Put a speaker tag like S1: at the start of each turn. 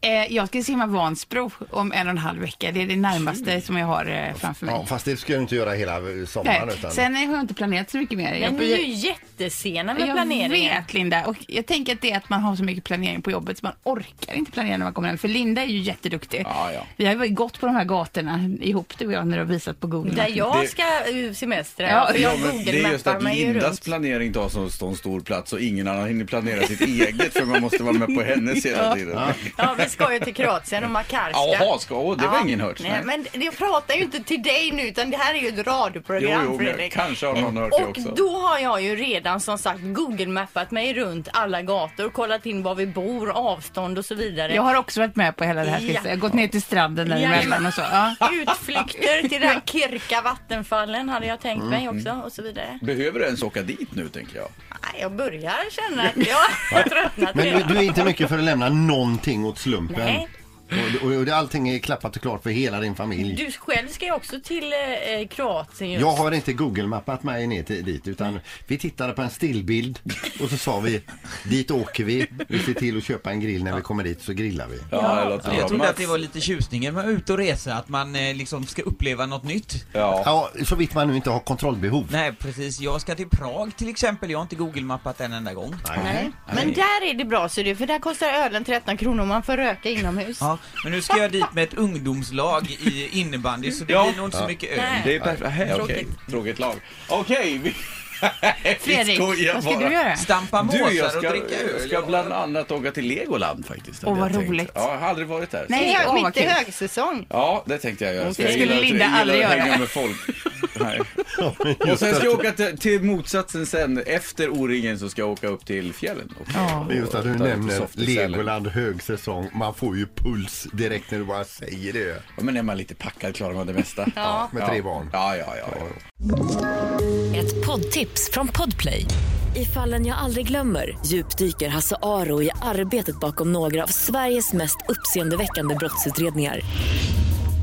S1: Eh, jag ska simma Vansbro om en och en halv vecka. Det är det närmaste som jag har eh, framför mig.
S2: Ja, fast det ska du inte göra hela eh, sommaren.
S1: Nej.
S2: Utan...
S1: Sen har jag inte planerat så mycket mer. Jag,
S3: Den är ju jättesena med
S1: jag
S3: planeringen.
S1: vet Linda och jag tänker att det är att man har så mycket planering på jobbet så man orkar inte planera när man kommer hem. För Linda är ju jätteduktig.
S4: Ja, ja.
S1: Vi har ju gått på de här gatorna ihop du och jag när du har visat på Google.
S3: Där jag
S4: Det-
S3: ska eh, semestra.
S1: Ja,
S3: för jag
S4: det är just
S3: google-mappar
S4: att
S3: mig ju
S4: Lindas
S3: runt.
S4: planering tar så så stor plats och ingen annan hinner planera sitt eget för man måste vara med på hennes hela tiden.
S3: Ja, vi ska ju till Kroatien och Makarska.
S4: Jaha, ska- åh, det var ingen hört.
S3: Nej, men det- jag pratar ju inte till dig nu utan det här är ju ett radioprogram
S4: Jo, jo, men
S3: Fredrik.
S4: kanske har någon hört det
S3: och
S4: också.
S3: då har jag ju redan som sagt google-mappat mig runt alla gator, kollat in var vi bor, avstånd och så vidare.
S1: Jag har också varit med på hela det här. ska jag
S3: Ja.
S1: säga. Jag har gått ner till stranden däremellan och så. Ja.
S3: Utflykter till den här Kirka vattenfallen hade jag tänkt
S4: Mm,
S3: mig också och så vidare.
S4: Behöver du ens åka dit nu tänker jag?
S3: Nej, jag börjar känna att jag har tröttnat
S2: Men du,
S3: redan.
S2: du är inte mycket för att lämna någonting åt slumpen.
S3: Nej.
S2: Och, och, och det- allting är klappat och klart för hela din familj.
S3: Du själv ska ju också till eh, Kroatien just.
S2: Jag har inte Google-mappat mig ner till, dit utan vi tittade på en stillbild och så sa vi dit åker vi. Vi ser till att köpa en grill när vi kommer dit så grillar vi.
S4: Ja, det låter
S5: Jag
S4: bra.
S5: trodde att det
S4: Mats?
S5: var lite tjusningen med att ut och resa, att man eh, liksom ska uppleva något nytt.
S4: Ja.
S2: Ja, så vitt man nu inte har kontrollbehov.
S5: Nej precis, jag ska till Prag till exempel, jag har inte google-mappat en enda gång.
S3: Nej. Men där är det bra ser du, för där kostar ölen 13 kronor och man får röka inomhus.
S5: Ja, men nu ska jag dit med ett ungdomslag i innebandy så det
S4: Ja.
S5: blir nog inte så mycket öl.
S3: Nej.
S4: Det är perfekt. Nähä, Okej, tråkigt lag. Okej, vi... vi
S1: Fredrik,
S4: skojar
S1: vad ska
S4: bara.
S1: du göra?
S5: Stampa
S4: Du,
S5: måsar
S4: jag
S5: och
S4: ska,
S5: dricka öl.
S4: ska bland annat åka till Legoland faktiskt.
S1: Åh,
S4: hade jag
S1: vad
S4: tänkt.
S1: roligt.
S4: Ja, jag har aldrig varit där.
S1: Nej.
S3: Det är
S1: åh,
S3: hög,
S1: vad
S3: mitt i
S1: kul.
S3: högsäsong.
S4: Ja, det tänkte jag göra. Så
S1: Det
S4: jag
S1: skulle
S4: gillar-
S1: Linda
S4: jag gillar
S1: aldrig
S4: att hänga
S1: göra.
S4: Med folk. Nej. Och sen ska jag åka till, till motsatsen sen. Efter O-ringen så ska jag åka upp till fjällen. Och,
S2: Det är Just att du
S4: och ta lite
S2: nämner
S4: soft i Sälen.
S2: Legoland högsäsong. Man får ju puls direkt när du bara säger det.
S4: Ja, men är man lite packad klarar man det mesta.
S3: Ja.
S2: Med tre barn.
S4: Ja, ja, ja. ja.
S6: Ett poddtips från Podplay. I fallen jag aldrig glömmer djupdyker Hasse Aro i arbetet bakom några av Sveriges mest uppseendeväckande brottsutredningar.